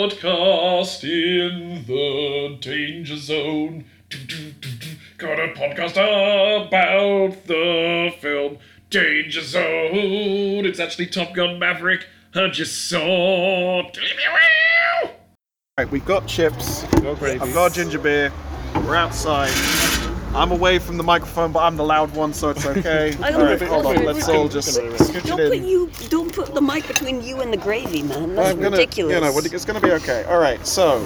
Podcast in the danger zone. Got a podcast about the film Danger Zone. It's actually Top Gun Maverick. I just saw. Right, we've got chips. I've got a ginger beer. We're outside. I'm away from the microphone, but I'm the loud one, so it's okay. I don't all right, think- hold I on. think Let's we all can- just we can- scooch Don't it put in. you don't put the mic between you and the gravy, man. That's I'm gonna, ridiculous. You know, it's gonna be okay. All right, so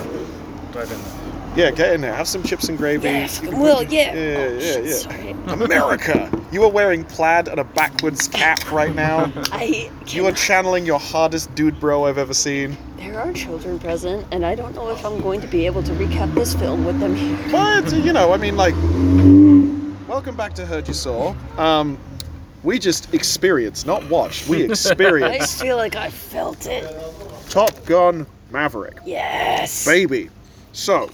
yeah, get in there. Have some chips and gravy. Yes. Well, Yeah, yeah. Oh, yeah, shit, yeah. Sorry. America, you are wearing plaid and a backwards cap right now. I You are can, channeling your hardest dude bro I've ever seen. there are children present, and I don't know if I'm going to be able to recap this film with them. here. But you know, I mean, like, welcome back to Heard You Saw. Um, we just experienced, not watched. We I experienced just feel like I felt it. Top Gun Maverick, Yes. baby. So,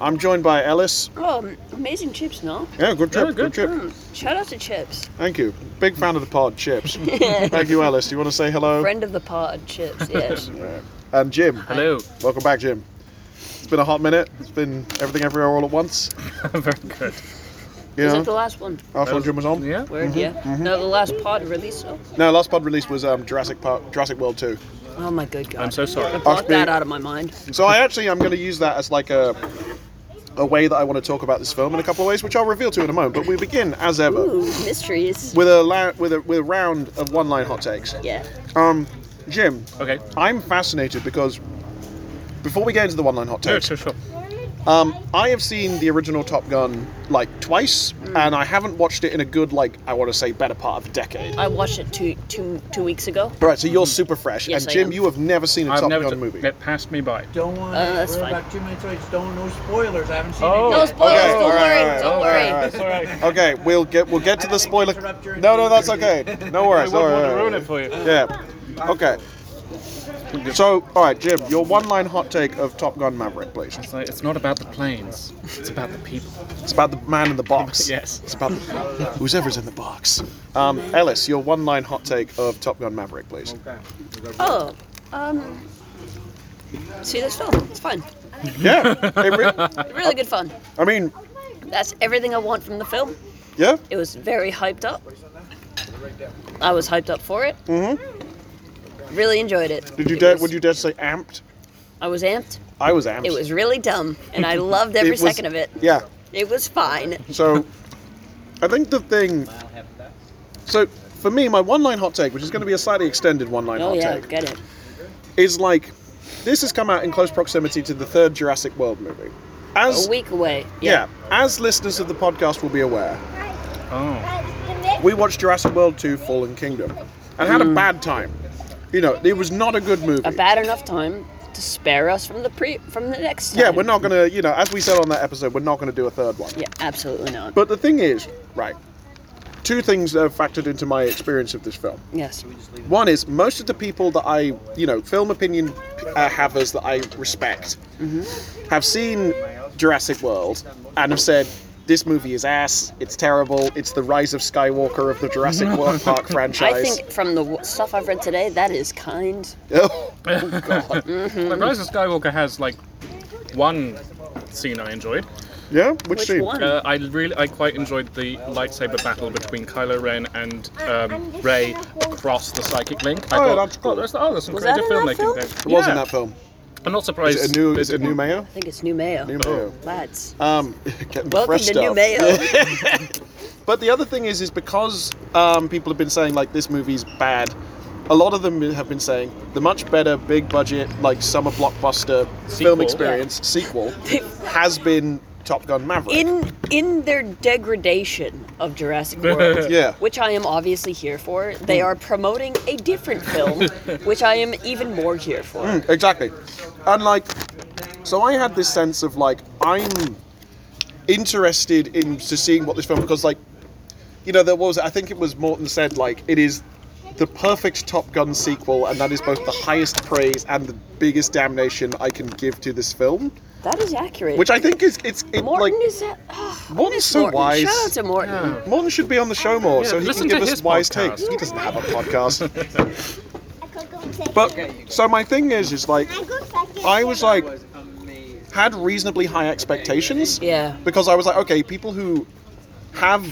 I'm joined by Ellis. Um, amazing chips, no? Yeah, good trip, Yeah, good, good trip. Mm, Shout out to Chips, Thank you. Big fan of the pod, Chips. Thank you, Ellis. Do you want to say hello? friend of the pod, Chips. Yes. And Jim. Hello. Welcome back, Jim. It's been a hot minute. It's been everything everywhere all at once. Very good. You Is know, it the last one? after Jim was on. Yeah. Word, yeah. mm-hmm. No, the last pod release. No? No, last pod release was um, Jurassic Park, Jurassic World 2. Oh my good god. I'm so sorry. I blocked Ask me- that out of my mind. So I actually am going to use that as like a a way that I want to talk about this film in a couple of ways, which I'll reveal to you in a moment. But we begin as ever Ooh, mysteries. with a la- with a with a round of one-line hot takes. Yeah. Um, Jim, Okay. I'm fascinated because before we get into the one-line hot No, takes, sure, sure. um, I have seen the original Top Gun like twice, and I haven't watched it in a good like I want to say better part of a decade. I watched it two two two weeks ago. All right, so you're super fresh, Yes, and I Jim, am. you have never seen a Mm. I've Top never Gun d- movie. It passed me by. Don't want Uh, that's to worry fine. about too many rights. Don't no spoilers. I haven't seen Oh. it. No yet. spoilers. Okay, don't all right, worry. all right, don't all worry. right, It's all right. Okay, we'll get we'll get to I the didn't spoiler. interrupt your No, no, thing. that's okay. No worries. I wouldn't want alright, to ruin alright. it for you. Yeah. Okay. So, all right, Jim, your one-line hot take of Top Gun Maverick, please. It's, like, it's not about the planes. It's about the people. It's about the man in the box. Yes. It's about who's ever's in the box. Um, Ellis, your one-line hot take of Top Gun Maverick, please. Oh, um, see this film. It's fun. Yeah. it re- Really good fun. I mean, That's everything I want from the film. yeah. It was very hyped up. I was hyped up for it. Mm-hmm. Really enjoyed it. Did you It dare? was- Would you dare say amped? I was amped. I was amped. It was really dumb, and I loved every It was- second of it. Yeah. It was fine. So, I think the thing. So, for me, my one line hot take, which is going to be a slightly extended one line Oh hot yeah, take, get it. is like this has come out in close proximity to the third Jurassic World movie. As A week away. yeah. as listeners of the podcast will be aware, Oh. we watched Jurassic World 2 Fallen Kingdom and had a bad time. You know, it was not a good movie. Hmm. A bad enough time to spare us from the pre from the next. Time. yeah, we're not going to, you know, as we said on that episode, we're not going to do a third one. Yeah, absolutely not. But the thing is, right, two things that have factored into my experience of this film. Yes. One is most of the people that I, you know, film opinion uh, havers that I respect have seen Jurassic World and have said, this movie is ass, it's terrible, it's the rise of Skywalker of the Jurassic World Park franchise. I think from the w- stuff I've read today, that is kind. Oh, Like, Rise of Skywalker has like one scene I enjoyed. yeah, which, Which scene? one? Uh, I really, I quite enjoyed the lightsaber battle between Kylo Ren and um, Rey across the psychic link. I Oh, yeah, thought, that's cool. Oh, that's, oh, that's some Was that creative in that filmmaking film? there. It was yeah. in that film. I'm not surprised. Is it a new, they is it a new didn't- mayo? I think it's New Mayo. New mayo. Lads. Um, getting Welcome fresh to stuff. New Mayo. But the other thing is, is because um, people have been saying like this movie's bad. A lot of them have been saying the much better big budget like summer blockbuster film Sequel. experience sequel has been Top Gun Maverick. in in their degradation of Jurassic World, yeah, which I am obviously here for, they are promoting a different film, which I am even more here for. Hmm. exactly. And like, so I had this sense of like I'm interested in to seeing what this film because like, you know, there was I think it was Morton said like it is the perfect Top Gun sequel, and that is both the highest praise and the biggest damnation I can give to this film. That is accurate. Which I think is it's it, like Morton is a, oh, Morton's so Morton. wise. Shout out to Morton. Yeah. Morton should be on the show more, Yeah, so he can listen give to us his wise podcast. takes. He doesn't have a podcast. I could go take But so my thing is, is like I go take I was like, was amazing. had reasonably high expectations. Yeah. Because I was like, okay, people who have,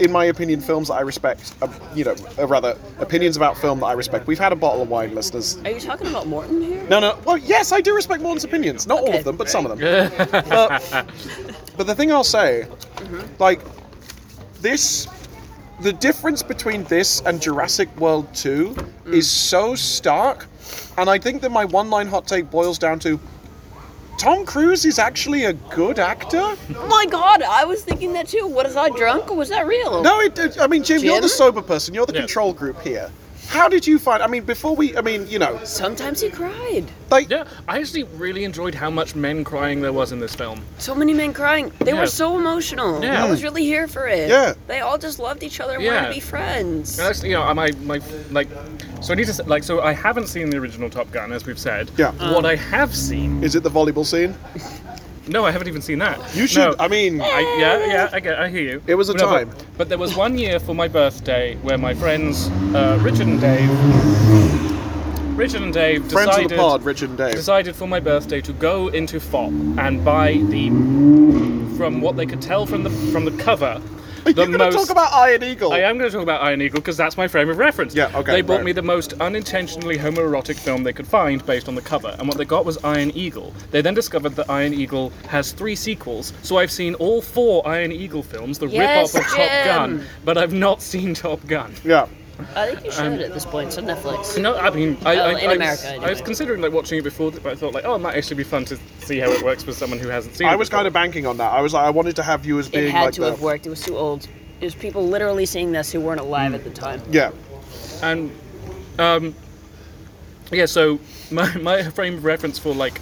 in my opinion, films that I respect, uh, you know, uh, rather opinions about film that I respect. We've had a bottle of wine, listeners. Are you talking about Morton here? No, no. Well, yes, I do respect Morton's opinions. Not all Okay. of them, but some of them. but, but the thing I'll say, like, this, the difference between this and Jurassic World 2 Mm. is so stark. And I think that my one line hot take boils down to Tom Cruise is actually a good actor. Oh My God, I was thinking that too. What is I drunk or was that real? No, it, it- I mean, Jim, you're the Jim? sober person, you're the Yeah. control group here. How did you find? I mean, before we, I mean, you know, Sometimes he cried. like, Yeah, I actually really enjoyed how much men crying there was in this film. So many men crying. They Yeah. were so emotional. Yeah. I was really here for it. Yeah. They all just loved each other and wanted Yeah. to be friends. And actually, you know, my my like, so I need to s- like, so I haven't seen the original Top Gun, as we've said. Yeah. What I have seen, is it the volleyball scene? no, I haven't even seen that. You should. No. I mean, I, yeah, yeah, I get, I hear you. It was a No, but- time. But, there was one year for my birthday where my friends, uh, Richard and Dave, Richard and Dave friends decided of the pod, Richard and Dave. decided for my birthday to go into FOP and buy the, from what they could tell from the from the cover, Are you the going to most. talk about Iron Eagle? I am going to talk about Iron Eagle because that's my frame of reference. Oh. Yeah, okay, They bought right. me the most unintentionally homoerotic film they could find based on the cover, and what they got was Iron Eagle. They then discovered that Iron Eagle has three sequels, so I've seen all four Iron Eagle films, the Yes, rip-off of Top Jim. Gun, but I've not seen Top Gun. Yeah. I think you should at this point. It's on Netflix. No, I mean, I, Oh, I, in I was- America, I was, anyway. considering like watching it before, but I thought like, oh, it might actually be fun to see how it works with someone who hasn't seen it. I was before. kind of banking on that. I was like, I wanted to have you as being it had like to the. have worked. It was too old. It was people literally seeing this who weren't alive at the time. Yeah. and um, yeah. So my my frame of reference for like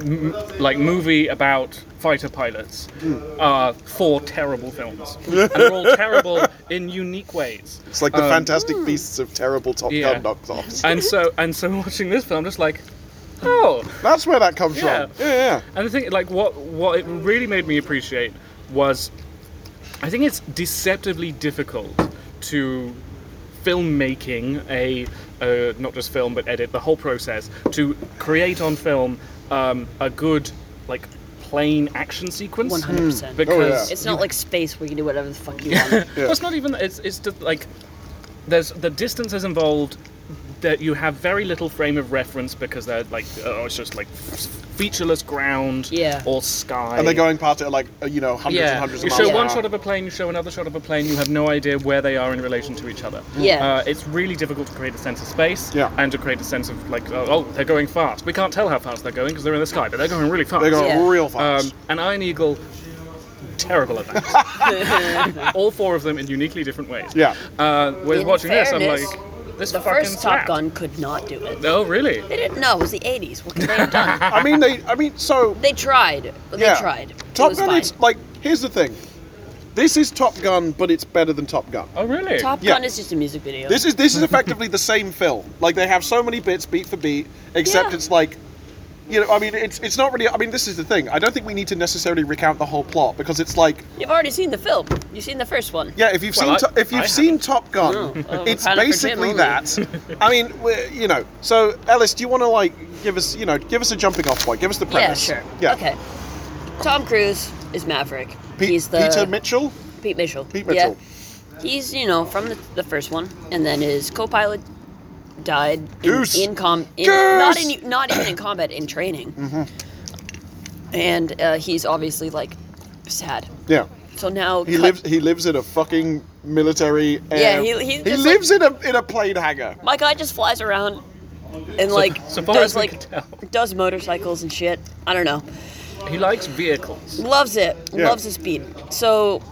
m- like movie about fighter pilots are four terrible films, and they're all terrible in unique ways. It's like the Um, Fantastic Hmm. Beasts of terrible Top Yeah. Gun knockoffs. And so and so watching this film, I'm just like, oh. That's where that comes Yeah. from. Yeah, yeah. And the thing, like, what what it really made me appreciate was, I think it's deceptively difficult to filmmaking a uh, not just film but edit the whole process to create on film um, a good like plain action sequence. One Hmm. hundred percent. Oh, Because Oh, yeah. It's not like space where you can do whatever the fuck you want. well, it's not even. It's it's just like there's the distances involved that you have very little frame of reference because they're like oh it's just like featureless ground Yeah. or sky And they're going past it at like, uh, you know, hundreds and hundreds of you miles show an one hour. shot of a plane, you show another shot of a plane, you have no idea where they are in relation to each other. Yeah. Uh, it's really difficult to create a sense of space Yeah. and to create a sense of, like, oh, oh, they're going fast. We can't tell how fast they're going because they're in the sky, but they're going really fast. They go Yeah. real um, fast. and Iron Eagle, terrible at that. All four of them in uniquely different ways. yeah. Uh, with In watching fairness, this, I'm like, this the fucking first Top slapped. Gun could not do it. Oh, really? They didn't know. It was the eighties. What could they have done? I mean, they. I mean, so they tried. They Yeah. tried. it Top was Gun, fine. it's like, here's the thing. This is Top Gun, but it's better than Top Gun. Oh, really? Top yeah. Gun is just a music video. This is this is effectively the same film. Like they have so many bits beat for beat, except Yeah. it's like you know, I mean it's it's not really I mean this is the thing. I don't think we need to necessarily recount the whole plot because it's like You've already seen the film. You've seen the first one. yeah, if you've Well, seen I- to, if you've I seen Top Gun, No, well, it's kind of for Jim basically only. that. I mean, we're- you know. So Ellis, do you want to like give us, you know, give us a jumping off point, give us the premise. Yeah, sure. Yeah. Okay. Tom Cruise is Maverick. Pe- He's the Peter Mitchell. Pete Mitchell. Pete Mitchell. Yeah. He's, you know, from the, the first one, and then his co-pilot died in, Goose. in com in, not Goose. in not even in combat in training. And uh, he's obviously like sad. Yeah. So now He cut- lives. He lives in a fucking military. Yeah, air- he- he just, like- lives in a in a plane hangar. My guy just flies around and like so far does as we like can tell. does motorcycles and shit. I don't know. He likes vehicles. Loves it. Yeah. Loves the speed. So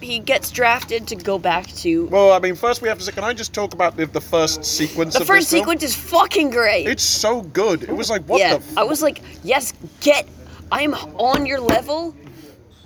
he gets drafted to go back to Well, I mean, first we have to say, can I just talk about the, the first sequence The of this first film? sequence is fucking great. It's so good. It was like, what yeah, the? I was like, yes, get. I'm on your level.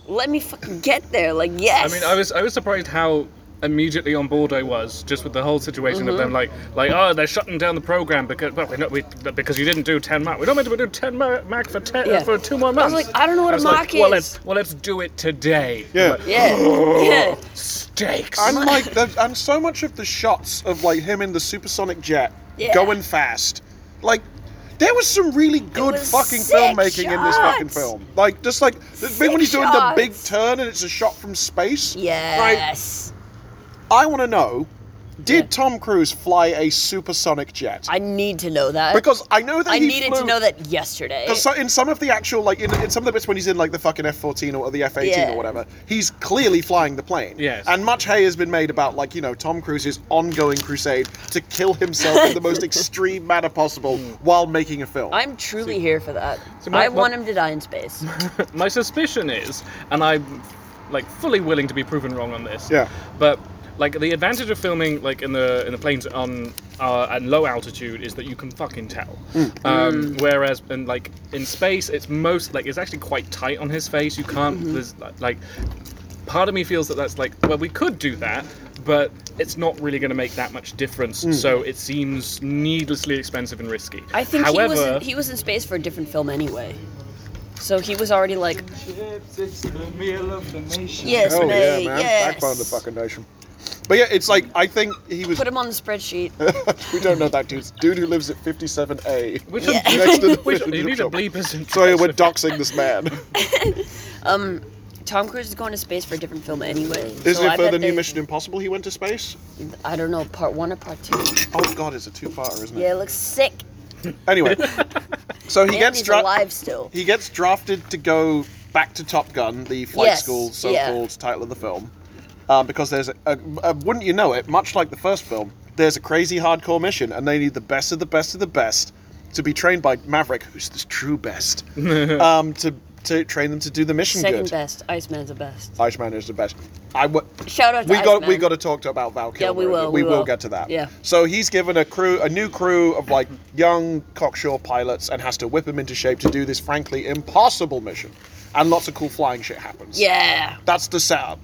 Let me fucking get there. Like, I yes. mean, I was I was surprised how immediately on board I was just with the whole situation of them like Mm-hmm. like oh they're shutting down the program because well, we're not, we, because you didn't do 10 mark we're not meant to do 10 mark, mark for 10 Yeah. for two more I was months like, I don't know what a I was like, mark well is. let's well let's do it today Yeah. Yeah. yeah. stakes And like, the, and so much of the shots of like him in the supersonic jet Yeah. going fast, like. There was some really good was fucking sick filmmaking in this fucking shots. film. Like just like the bit when Sick he's doing the big shots. turn and it's a shot from space. Right. Yes. I want to know, did Tom Cruise fly a supersonic jet? I need to know that. because I know that I he needed flew, to know that yesterday. Because in some of the actual, like in, in some of the bits when he's in like the fucking F fourteen or the F eighteen Yeah. or whatever, he's clearly flying the plane. Yes. And much hay has been made about like you know Tom Cruise's ongoing crusade to kill himself in the most extreme manner possible while making a film. I'm truly here for that. So my- I my- want him to die in space. My suspicion is, and I'm like fully willing to be proven wrong on this. Yeah. But like the advantage of filming like in the in the planes on uh, at low altitude is that you can fucking tell. Um, Mm. whereas and like in space, it's most like it's actually quite tight on his face. You can't Mm-hmm. there's like part of me feels that that's like well we could do that but it's not really going to make that much difference so it seems needlessly expensive and risky I think he was however in, he was in space for a different film anyway. So he was already like, Chips, it's the meal of the nation. yes, oh mate, yeah, man, yes. backbone of the fucking nation. But yeah, it's like I think he was. Put him on the spreadsheet. we don't know that dude's dude who lives at fifty seven A. which, Yeah. Next to the which film you need a shop. bleepers and Sorry, we're doxing this man. Tom Cruise is going to space for a different film anyway. Isn't so it I for bet the new they- Mission Impossible he went to space? I don't know, part one or part two. Oh god, it's a two-parter, isn't it? Yeah, it looks sick. Anyway, so he And gets he's dra- alive still. he gets drafted to go back to Top Gun, the flight Yes, school so-called yeah. title of the film, um, because there's a, a, a wouldn't you know it? Much like the first film, there's a crazy hardcore mission, and they need the best of the best of the best to be trained by Maverick, who's the true best, um, to to train them to do the mission Second good. best. Iceman's the best. Iceman is the best. I w- Shout out to we got Iceman. we got to talk to about Val Kilmer. we will, We, we will will. get to that. Yeah. So he's given a crew, a new crew of like young cocksure pilots, and has to whip them into shape to do this frankly impossible mission, and lots of cool flying shit happens. Yeah. That's the setup.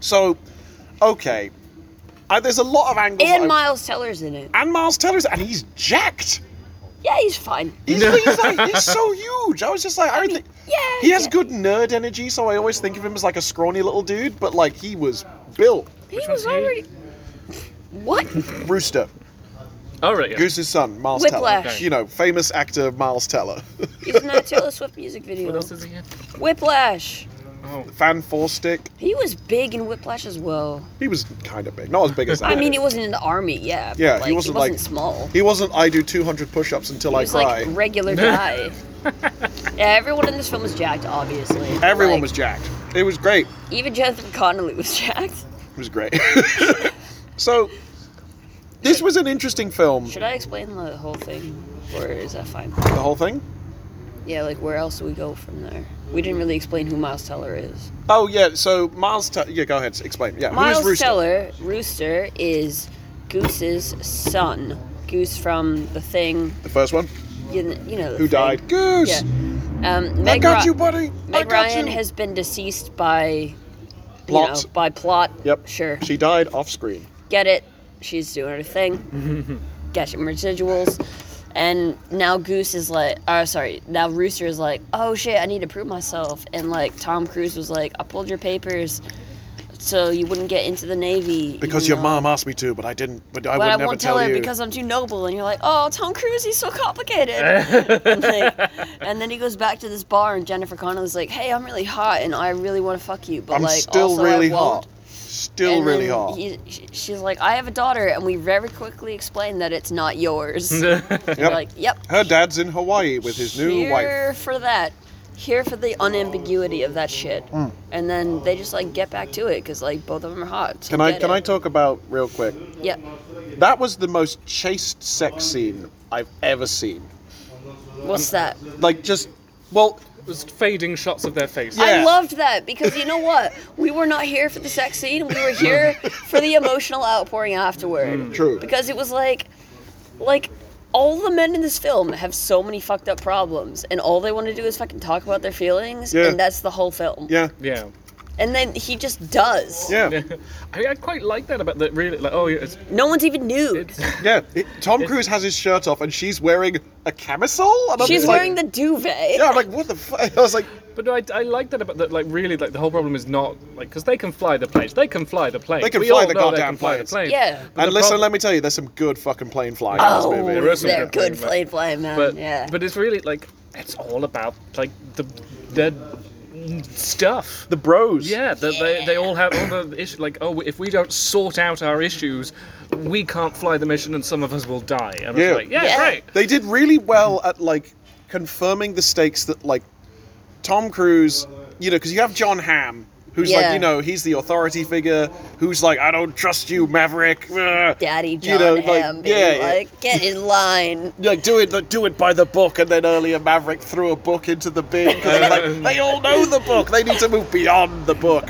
So, okay, I, there's a lot of angles. And I- Miles Teller's in it. and Miles Teller's, and he's jacked. Yeah, he's fine. He's, he's like he's so huge. I was just like, I don't think yeah, he has yeah. good nerd energy, so I always think of him as like a scrawny little dude, but like he was built. He was already. What? Rooster, all right yeah. Goose's son, Miles Teller. Whiplash. You know, famous actor Miles Teller. He's in that Taylor Swift music video. what else is he in? Whiplash. Oh, Fan four stick. He was big in Whiplash as well. He was kind of big, not as big as that. I mean, he wasn't in the army, yeah. but, Yeah, he like, wasn't, he wasn't like- small. He wasn't. I do 200 push-ups until He I was cry. like regular guy. yeah, everyone in this film was jacked, obviously. Everyone Like, was jacked. It was great. Even Jennifer Connelly was jacked. It was great. so, this was an interesting film. Should I explain the whole thing, or is that fine? The whole thing. Yeah, like where else do we go from there? We didn't really explain who Miles Teller is. Oh yeah. So Miles. Te- yeah. Go ahead. Explain. Yeah. Miles who is Rooster? Teller, Rooster, is Goose's son. Goose from the thing, The first one. you kn- you know. The Who Thing. died? Goose. Yeah. Um, I Meg got Ry- you, buddy. I Meg got Ryan you. has been deceased by Plot. You know, by plot. Yep. Sure. She died off screen. Get it. She's doing her thing. Getting residuals. And now Goose is like, oh, sorry, now Rooster is like, oh shit, I need to prove myself. And like Tom Cruise was like, I pulled your papers so you wouldn't get into the Navy. Because even your though- mom asked me to, but I didn't. But I But would I never won't tell her you. because I'm too noble. And you're like, oh, Tom Cruise, he's so complicated. and, like- and then he goes back to this bar, and Jennifer Connelly's like, hey, I'm really hot, and I really want to fuck you. But I'm like, still also, I really won't." hot. Still And really then hot. he- sh- she's like, I have a daughter, and we very quickly explain that it's not yours. And Yep. you're like, yep. Her dad's in Hawaii with his new wife. Here for that. Here for the unambiguity of that shit. Mm. And then they just like get back to it because like both of them are hot. so Can I get can it. I talk about real quick? Yep. That was the most chaste sex scene I've ever seen. What's that? Like just well, it was fading shots of their face. Yeah. I loved that because you know what? We were not here for the sex scene. We were here for the emotional outpouring afterward. true. Because it was like, like, all the men in this film have so many fucked up problems, and all they want to do is fucking talk about their feelings, Yeah. and that's the whole film. Yeah. Yeah. And then he just does. Yeah. I, I quite like that about the really like oh yeah, it's, No one's even nude. it's Yeah. It- Tom Cruise has his shirt off and she's wearing a camisole? And I'm She's just like- wearing the duvet. Yeah, I'm like, what the fuck? I was like, But no, I, I like that about that. Like really, like the whole problem is not like because they can fly the planes. They can fly the planes. They can we fly all the know they goddamn can fly the planes. planes. Yeah. But and the listen, prob- let me tell you, there's some good fucking plane flying in Oh, this movie. There is some they're good good flying, play play man. but yeah. but it's really like it's all about like the the stuff. The bros. Yeah, that They, they all have all the issue like oh if we don't sort out our issues, we can't fly the mission and some of us will die. And Yeah. it's like yeah, Yeah. right. They did really well at like confirming the stakes that like Tom Cruise, you know, because you have John Hamm, who's Yeah. like, you know, he's the authority figure, who's like, I don't trust you, Maverick. Ugh. Daddy John you know, like, Hamm being yeah, yeah. like, get in line. Like do it, like, do it by the book, and then earlier Maverick threw a book into the bin. 'cause they're like, they all know the book. They need to move beyond the book.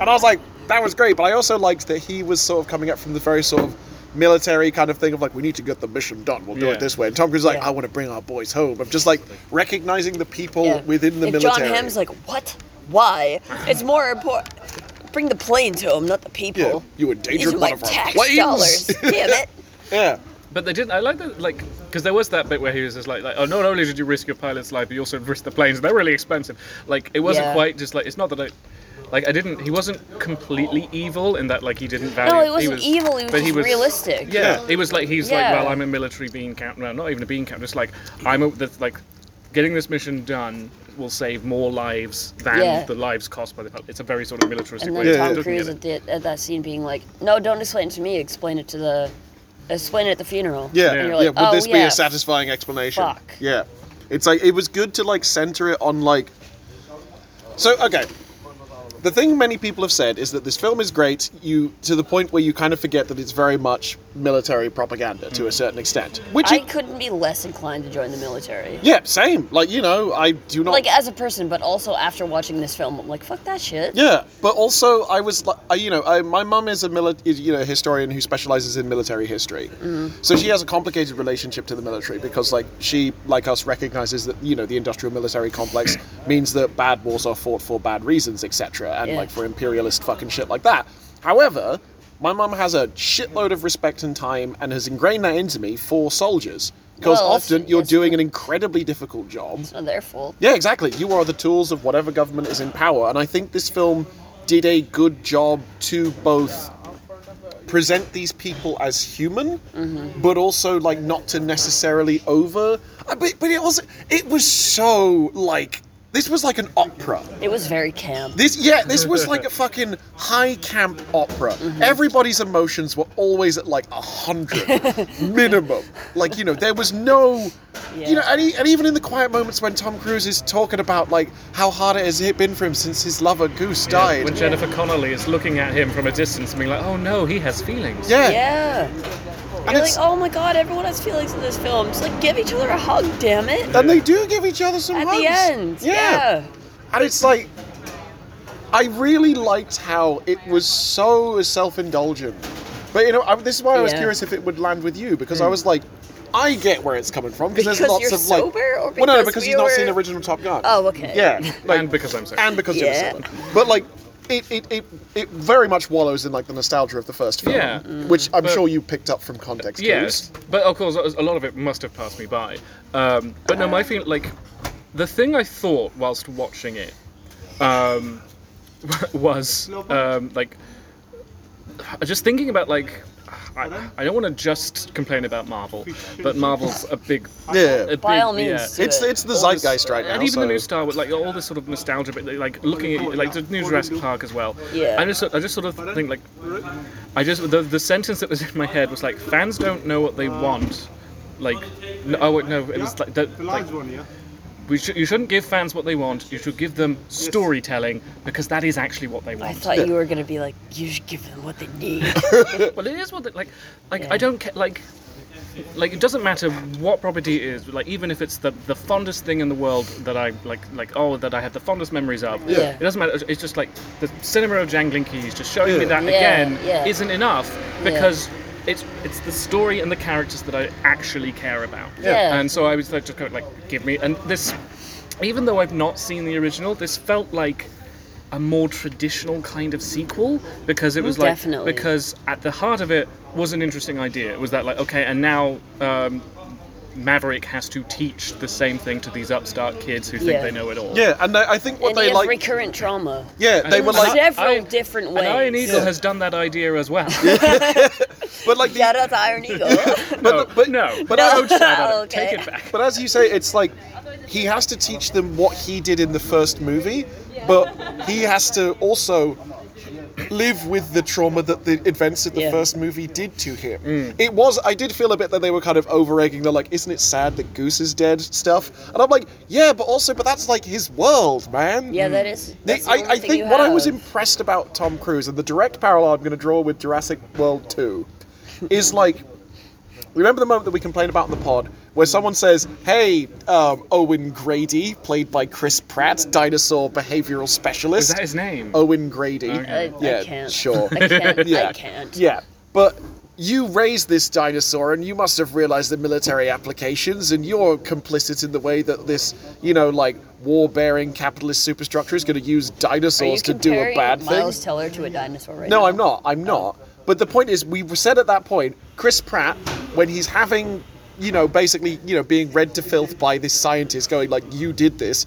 And I was like, that was great, but I also liked that he was sort of coming up from the very sort of military kind of thing of like, we need to get the mission done. We'll do Yeah. it this way. And Tom Cruise is like, Yeah. I want to bring our boys home. I'm just like recognizing the people Yeah. within the if military. John Hamm's like, what? Why? It's more important. Bring the planes home, not the people. yeah, you These endangered are one my of our tax planes. dollars. Damn it. yeah. But they didn't. I like that, like, because there was that bit where he was just like, like, oh, not only did you risk your pilot's life, but you also risked the planes. They're really expensive. Like, it wasn't Yeah. quite just like it's not that I, like, I didn't. He wasn't completely evil in that, like, he didn't value. No, it wasn't evil. It was but just realistic. Yeah, Yeah. it was like he's Yeah. like, well, I'm a military bean captain. Well, not even a bean captain. Just like I'm a, that's like, getting this mission done will save more lives than Yeah. the lives cost by the pilot. It's a very sort of militaristic And way then of Yeah, Tom looking Cruise at at, it. the, at that scene being like, no, don't explain it to me. Explain it to the. Explain it at the funeral. Yeah, And yeah. you're like, Would oh, this yeah. be a satisfying explanation? Fuck. Yeah, it's like it was good to like center it on like. So okay, the thing many people have said is that this film is great. You to the point where you kind of forget that it's very much military propaganda to a certain extent, which Mm. I it, couldn't be less inclined to join the military. yeah, same. Like you know, I do not Like as a person, but also after watching this film, I'm like, fuck that shit. Yeah, but also I was like, I- you know, I, my mum is a mili- is, you know historian who specializes in military history, Mm-hmm. so she has a complicated relationship to the military because like she, like us, recognizes that you know the industrial military complex means that bad wars are fought for bad reasons, etc., and Yeah. like for imperialist fucking shit like that. However, my mum has a shitload of respect and time and has ingrained that into me for soldiers because Well, that's- often you're that's- doing an incredibly difficult job. It's not their fault. Yeah, exactly. You are the tools of whatever government is in power, and I think this film did a good job to both present these people as human, but also like not to necessarily over. uh, But, but it also it was so like this was like an opera. It was very camp. This yeah, this was like a fucking high camp opera. Everybody's emotions were always at like a hundred minimum. Like you know, there was no, Yeah. you know, and, e and even in the quiet moments when Tom Cruise is talking about like how hard it has it been for him since his lover Goose died. When Jennifer Connolly is looking at him from a distance and being like, "Oh no, he has feelings." yeah, Yeah. and, You're like, it's- oh my god, everyone has feelings in this film. It's like, give each other a hug, damn it. and they do give each other some At hugs. the end. Yeah. And it's like, I really liked how it was so self indulgent. But you know, I, this is why I was Yeah. Hmm. curious if it would land with you because I was like, I get where it's coming from because there's Because lots you're of like, sober or well, no, because because we he's not seen were- the original Top Gun. Oh, okay. yeah, like, and because I'm so. and because Yeah. it was sober. But like, it, it, it, it very much wallows in like the nostalgia of the first film, Yeah. Mm. which I'm But- sure you picked up from context. Yes, but of course, a lot of it must have passed me by. Um, but no, my feeling, like, the thing I thought whilst watching it um, was um, like just thinking about like. I, I don't want to just complain about Marvel, but Marvel's a big, Yeah. a By all big- means, yeah. do It's it. it's the all this- zeitgeist right now. And even so. the new Star Wars, like all this sort of nostalgia, but like looking at like the new Jurassic Park as well. Yeah. I just I just sort of think like I just the, the sentence that was in my head was like fans don't know what they want. Like no, oh wait, no, it was like, that, like we should you shouldn't give fans what they want. You should give them storytelling because that is actually what they I want. thought you were gonna be like, you should give them what they need. Well, it is what they, like like Yeah. I don't care like like it doesn't matter what property it is. Like even if it's the the fondest thing in the world that I like like oh that I have the fondest memories of. Yeah. It doesn't matter. It's just like the cinema of Jangling Keys just showing me Yeah. that Yeah, again yeah. isn't enough Yeah. because. It's, it's the story and the characters that I actually care about. Yeah. And so I was like, just kind of like, give me. And this, even though I've not seen the original, this felt like a more traditional kind of sequel because it was like Definitely. because at the heart of it was an interesting idea. It was that like okay, and now um, Maverick has to teach the same thing to these upstart kids who think Yeah. they know it all. Yeah, and I, I think what and he they has like. recurrent trauma. yeah, they And were I- like, Several Iron- different And Iron ways. Eagle Yeah. has done that idea as well. but like, the- Shout out to Iron Eagle. no, the- but- no, but I- don't shout at it. Oh, Okay. Take it back. But as you say, it's like he has to teach them what he did in the first movie, but he has to also live with the trauma that the events of the Yeah. first movie did to him. It was I did feel a bit that they were kind of over egging the like, isn't it sad that Goose is dead stuff? And I'm like, yeah, but also but that's like his world, man. yeah, that is. They- That's the Mm. I, only I thing think you what I have. was impressed about Tom Cruise, and the direct parallel I'm going to draw with Jurassic World 2, is like, remember the moment that we complained about in the pod where someone says, hey, um, Owen Grady, played by Chris Pratt, dinosaur behavioral Is specialist. that his name? Owen Grady. Okay. I, Yeah, I can't. sure. I can't. Yeah. I can't. Yeah, but you raised this dinosaur, and you must have realized the military applications, and you're complicit in the way that this, you know, like war-bearing capitalist superstructure is going to use Are you dinosaurs to do a comparing bad Miles thing. Teller to a dinosaur right now? Oh. No, I'm not. I'm not. But the point is, we were said at that point, Chris Pratt, when he's having, you know, basically, you know, being read to filth by this scientist, going like, "You did this,"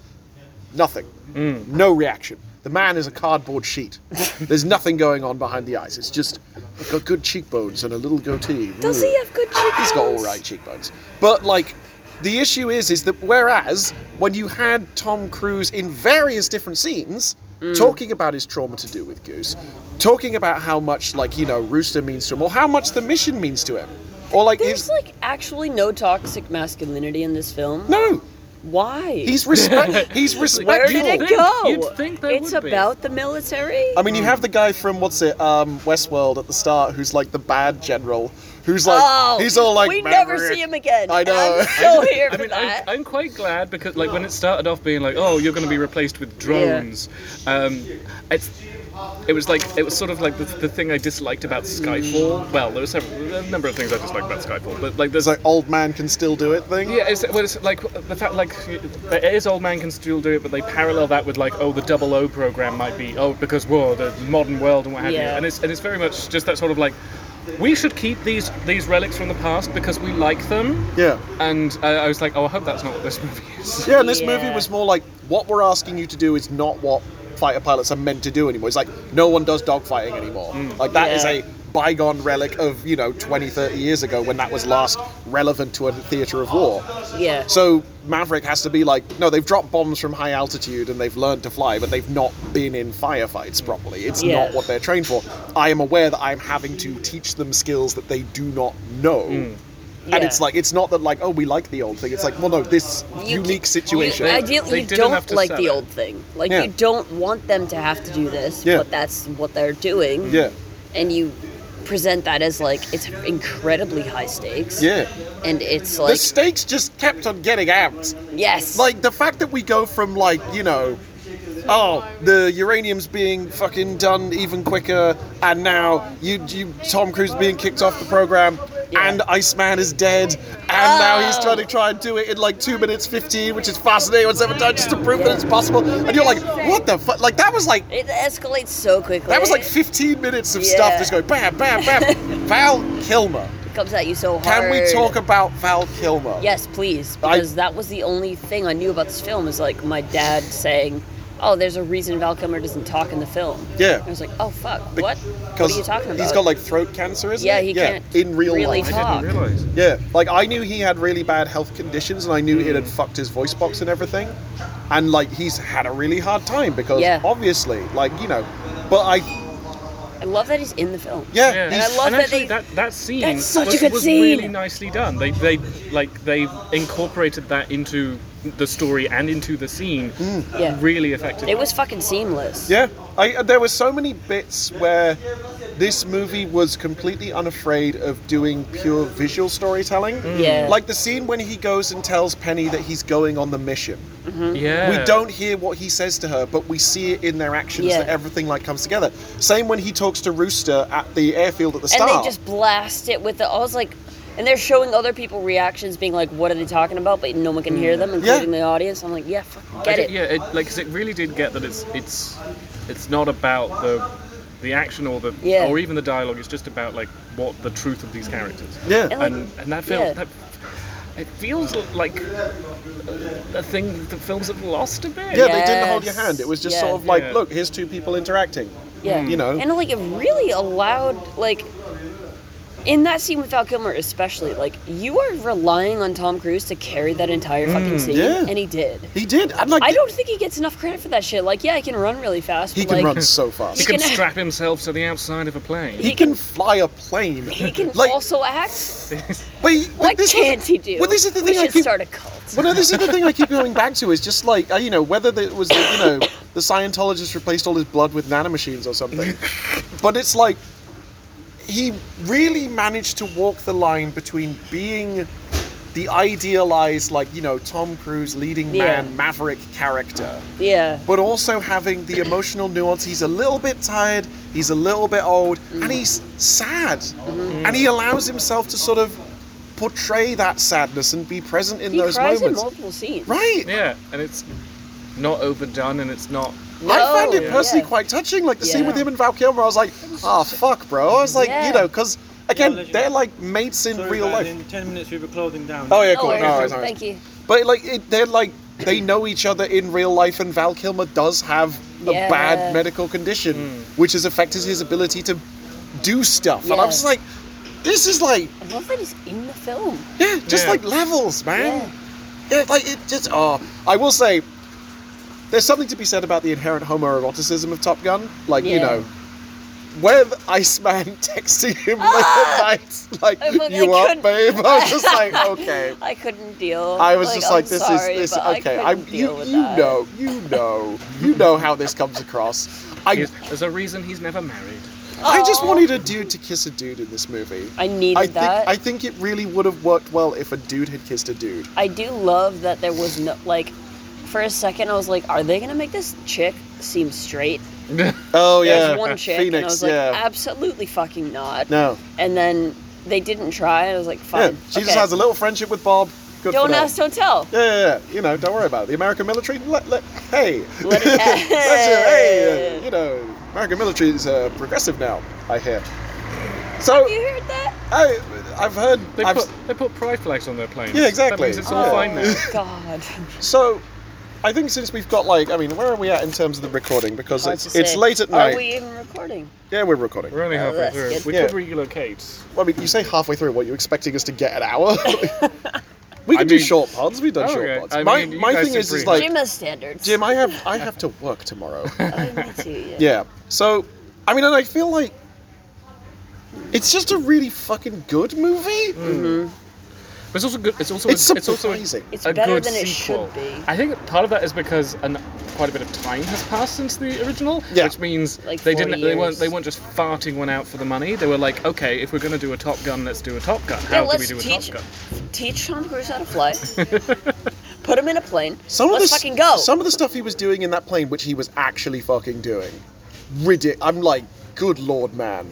nothing, Hmm. no reaction. The man is a cardboard sheet. There's nothing going on behind the eyes. It's just "I've got good cheekbones and a little goatee. Does Ooh." he have good cheekbones? He's got all right cheekbones. But like, the issue is, is that whereas when you had Tom Cruise in various different scenes Mm. talking about his trauma to do with Goose, talking about how much like you know Rooster means to him, or how much the mission means to him, or like There's his like actually no toxic masculinity in this film. no, Why? he's respect, he's respectful. Where did it You'd go? think- you'd think there it's would be. about the military. I mean, you have the guy from what's it, um, Westworld at the start, who's like the bad general, who's like oh, he's all like we never "Maverick." see him again. I know. I'm so here I for mean, I'm, that. I'm quite glad because, like, when it started off being like, "Oh, you're going to be replaced with drones," um, it's it was like it was sort of like the, the thing I disliked about Skyfall. Well, there was several, a number of things I disliked about Skyfall, but like It's there's like old man can still do it thing. yeah, it's, well, it's like the fact like it is old man can still do it, but they parallel that with like oh the double O program might be oh because whoa the modern world and what have you, Yeah. and it's and it's very much just that sort of like we should keep these these relics from the past because we like them. yeah. And uh, I was like, oh, I hope that's not what this movie is. Yeah, and this movie Yeah. was more like what we're asking you to do is not what fighter pilots are meant to do anymore. It's like no one does dogfighting anymore. Like that is Mm. Yeah. a bygone relic of, you know, 20, 30 years ago when that was last relevant to a theater of war. yeah. So Maverick has to be like, no, they've dropped bombs from high altitude and they've learned to fly, but they've not been in firefights properly. It's Yeah. not what they're trained for. I am aware that I'm having to teach them skills that they do not know. Mm. And Yeah. it's like it's not that like oh we like the old thing. It's like well no this You- unique situation. You, They- ideally, they you didn't have don't to like sell the it. old thing. Like Yeah. you don't want them to have to do this, Yeah. but that's what they're doing. yeah, And you present that as like it's incredibly high stakes. yeah. And it's like the stakes just kept on getting amped. yes, Like the fact that we go from like you know, oh the uranium's being fucking done even quicker, and now you you Tom Cruise being kicked off the program, Yeah. and Iceman is dead, and now he's Oh. trying to try and do it in like two minutes fifteen, which is faster than anyone's ever done, just to prove that it's possible. And you're like, what the fuck? Like that was like it escalates so quickly. that was like fifteen minutes of stuff Yeah. just going bam bam bam. Val Kilmer. It comes at you so hard. Can we talk about Val Kilmer? Yes, please, I- because that was the only thing I knew about this film is like my dad saying, "Oh, there's a reason Val Kilmer doesn't talk in the film." Yeah. I was like, "Oh fuck, what? What Because are you talking about?" He's got like throat cancer, isn't Yeah, he? he can't in real really life. talk. I didn't realize. Yeah, like I knew he had really bad health conditions, and I knew Mm. it had fucked his voice box and everything, and like he's had a really hard time because Yeah. obviously, like you know, but I I love that he's in the film. yeah, Yeah. he's- I love and that actually, they- that, that scene That's such a was, good was scene. really nicely done. They they like they incorporated that into the story and into the scene Mm. Yeah. really effectively. It was fucking seamless. Yeah, I, uh, there were so many bits where this movie was completely unafraid of doing pure visual storytelling. Yeah. Like the scene when he goes and tells Penny that he's going on the mission. yeah. We don't hear what he says to her, but we see it in their actions Yeah. that everything like comes together. Same when he talks to Rooster at the airfield at the and start. they just blast it with the. I was like, and they're showing other people reactions, being like, "What are they talking about?" But no one can hear them, Yeah. including the audience. I'm like, "Yeah, fucking Like, get it." Yeah, it, like 'cause it really did get that it's it's it's not about the the action or the Yeah. or even the dialogue. It's just about like what the truth of these characters. yeah. And like, and, and that film yeah. that, It feels like a- a thing the films have lost a bit. Yeah, they didn't hold your Yes. hand. It was just Yeah. sort of like, Yeah. look, here's two people interacting. Yeah. Mm. You know? And like it really allowed like in that scene with Val Kilmer especially, like you are relying on Tom Cruise to carry that entire fucking scene Mm. yeah. and he did. He did. I'm like, I don't think he gets enough credit for that shit. Like, yeah, I can run really fast. He but, can like, run so fast. He He can can, can- strap himself to the outside of a plane. he can- fly a plane. He can like, also act. Wait, but What this was- can't he do? Well, this is the we thing I should keep. start a cult. Well, no, this is the thing I keep going back to is just like uh, you know whether it was you know the Scientologist replaced all his blood with nanomachines or something, but it's like he really managed to walk the line between being the idealized like you know Tom Cruise leading Yeah. man maverick character, Yeah. but also having the emotional nuance. He's a little bit tired, he's a little bit old, and he's sad, and he allows himself to sort of portray that sadness and be present in He those cries in moments. multiple scenes. Right. yeah, and it's not overdone, and it's not. I found No, it personally Oh, yeah. quite touching. Like the scene with Yeah. him and Val Kilmer, I was like, ah, fuck, bro. I was like, Yeah. you know, because again, Yeah, literally. they're like mates in Sorry, real man, life. In ten minutes we were clothing down. Oh yeah, No cool. No, worries. worries, no worries. Thank you. But like, it, they're like they know each other in real life, and Val Kilmer does have a Yeah. bad medical condition, which has affected his ability to do stuff. And I was Yes. like, this is like, I love that he's in the film. yeah, just Yeah. like levels, man. Yeah, like it just. Oh, I will say, there's something to be said about the inherent homoeroticism of Top Gun. Like you Yeah. know, where Iceman texting him late at night, like I look- you I up, Oh, couldn't- babe. I was just like, okay. I couldn't deal. I was just I'm like, this sorry, is this but I okay. couldn't I'm deal you, with you that. know you know you know how this comes across. I he's- there's a reason he's never married. I just Aw. wanted a dude to kiss a dude in this movie. I needed I think that. I think it really would have worked well if a dude had kissed a dude. I do love that there was no like. For a second, I was like, "Are they gonna make this chick seem straight?" Oh yeah, There's one chick, Phoenix. and I was like, yeah, "Absolutely fucking not." no. And then they didn't try, and I was like, Yeah, "Fine." she okay. just has a little friendship with Bob. Good for Don't them. ask, don't tell. Yeah, yeah, yeah, you know, don't worry about it. The American military, let, let, hey, Let That's it it, hey, happen. uh, you know, American military is uh, progressive now. I hear. So You heard that? I, I've heard. They I've, put they put pride flags on their planes. Yeah, exactly. That means it's all Yeah. fine now. Oh God. so, I think since we've got like, I mean, where are we at in terms of the recording? Because Hard it's to it's say. late at Are we night. even recording? Yeah, we're recording. We're only Oh, halfway that's through. good. We Yeah. could relocate. Well, I mean, you say halfway through. What you expecting us to get an hour? we I can do mean- short pods. We've done Oh, short okay. pods. I my mean, you my guys thing are is, is pretty- like, Jim has standards. Jim, I have I have to work tomorrow. I need to, yeah. yeah. So, I mean, and I feel like it's just a really fucking good movie. Mm-hmm. But it's also good. It's also It's a, it's also a, surprising. It's a better good than it sequel. should be. I think part of that is because an, quite a bit of time has passed since the original, Yeah. which means Like they 40 didn't they weren't years. they weren't just farting one out for the money. They were like, okay, if we're going to do a Top Gun, let's do a Top Gun. Yeah, How do let's we do a teach Top Gun? teach Tom Cruise how to fly. Put him in a plane. Some let's of the s- fucking go. Some of the stuff he was doing in that plane, which he was actually fucking doing, ridic. I'm like, good lord, man,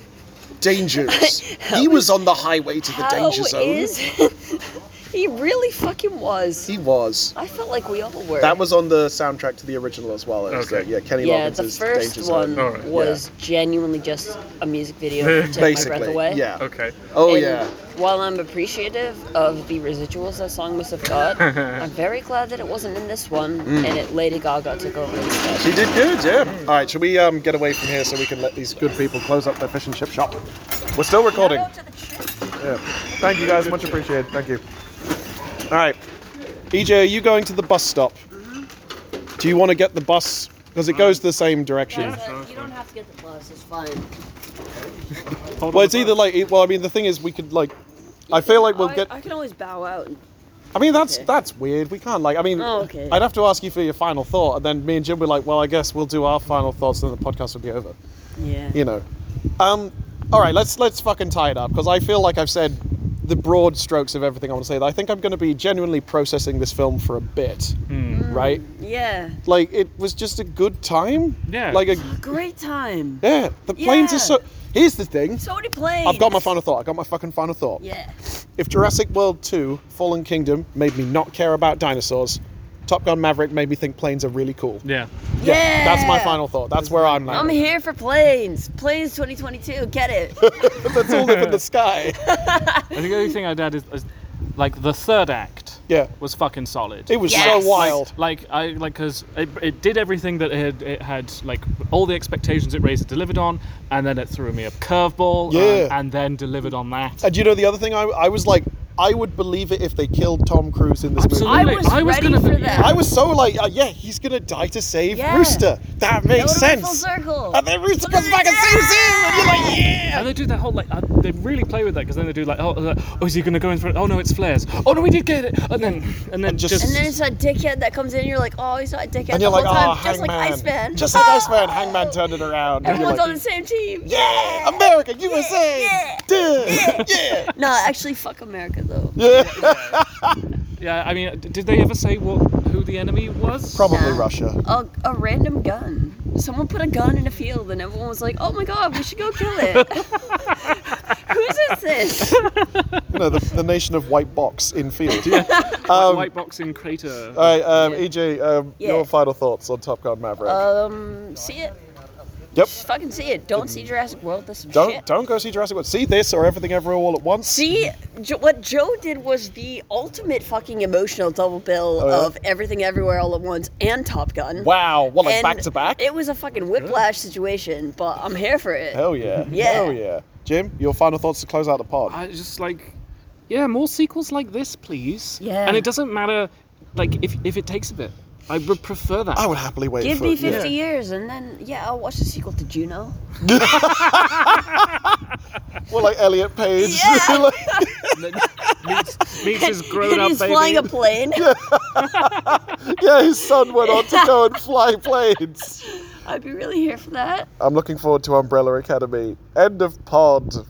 dangerous. he was on the highway to the How danger zone. is- he really fucking was. He was. I felt like we all were. That was on the soundtrack to the original as well. It was, Okay. uh, yeah, Kenny yeah, Loggins' the Danger first Zone. one Alright. was genuinely just a music video. to Take my breath Basically, away. yeah. Okay. Oh And yeah. While I'm appreciative of the residuals that song must have got, I'm very glad that it wasn't in this one, Mm. and it Lady Gaga took over instead. She did good, yeah. All right, should we um, get away from here so we can let these good people close up their fish and chip shop? We're still recording. Yeah. Thank you guys, much appreciated. Thank you. All right, EJ, are you going to the bus stop? Do you want to get the bus? Because it goes the same direction. you don't have to get the bus. It's fine. Well, it's either like, it- well, I mean, the thing is, we could like, I feel like we'll Oh, I, get. I can always bow out. I mean, that's Okay. that's weird. We can't like. I mean, Oh, okay. I'd have to ask you for your final thought, and then me and Jim were like, well, I guess we'll do our final thoughts, and then the podcast will be over. Yeah. you know. Um, all right, let's let's fucking tie it up because I feel like I've said the broad strokes of everything I want to say. I think I'm going to be genuinely processing this film for a bit, right? Yeah. Like it was just a good time. Yeah. Like a Great time. yeah. The planes Yeah. are so. Here's the thing. So many planes. I've got my final thought. I got my fucking final thought. Yeah. If Jurassic World 2 Fallen Kingdom made me not care about dinosaurs, Top Gun Maverick made me think planes are really cool. Yeah. Yeah. That's my final thought. That's where I'm I'm landing. here for planes. Planes 2022. Get it. Let's all live in the sky. I think the only thing I'd add is, is like the third act Yeah. was fucking solid. It was Yes. so wild. like I like because it, it did everything that it had, it had like all the expectations it raised it delivered on, and then it threw me a curveball, um, and, Yeah. then delivered on that. And you know the other thing, I, I was like, I would believe it if they killed Tom Cruise in this Absolutely. I movie. was, I was ready gonna for be- that. I was so like, uh, yeah, he's gonna die to save Yeah. Rooster. That makes That would've been sense. Full circle. And then Rooster comes back and saves him, and you're like, yeah. And they do that whole like uh, they really play with that because then they do like oh, uh, oh is he gonna go in front? Oh no, it's flares. Oh no, we did get it. And then and then And just- just, And then it's that dickhead that comes in. You're like, oh, he's not a dickhead. And you're the like, whole oh, time, just like Hangman. Iceman. Just like Oh! Iceman, Hangman turned it around. and you're Everyone's like, on the same team. yeah, America, USA, yeah, dude, yeah, No, actually, fuck America though. yeah. yeah. I mean, d- did they ever say what who the enemy was? Probably Nah. Russia. A, a random gun. Someone put a gun in a field, and everyone was like, oh my god, we should go kill it. Whose is this? No, the, the nation of white box in field. um, Like white boxing crater. All right, um, EJ, um, Yeah. your final thoughts on Top Gun Maverick? Um, see it. yep. Just fucking see it. Don't see Jurassic World. That's some Don't shit. don't go see Jurassic World. See this or Everything Everywhere All at Once. See, jo- what Joe did was the ultimate fucking emotional double bill Oh, yeah? of Everything Everywhere All at Once and Top Gun. Wow, what like And back to back? It was a fucking whiplash situation, but I'm here for it. Hell yeah. Yeah. Hell yeah. Jim, your final thoughts to close out the pod. I just like, yeah, more sequels like this, please. Yeah. And it doesn't matter, like if if it takes a bit, I would prefer that. I would happily wait Give for me it, yeah. 50 years and then, yeah, I'll watch the sequel to Juno. Well, like Elliot Page. Yeah. Like- meets, meets his grown And up he's baby. flying a plane. yeah, his son went on to go and fly planes. I'd be really here for that. I'm looking forward to Umbrella Academy. End of pod.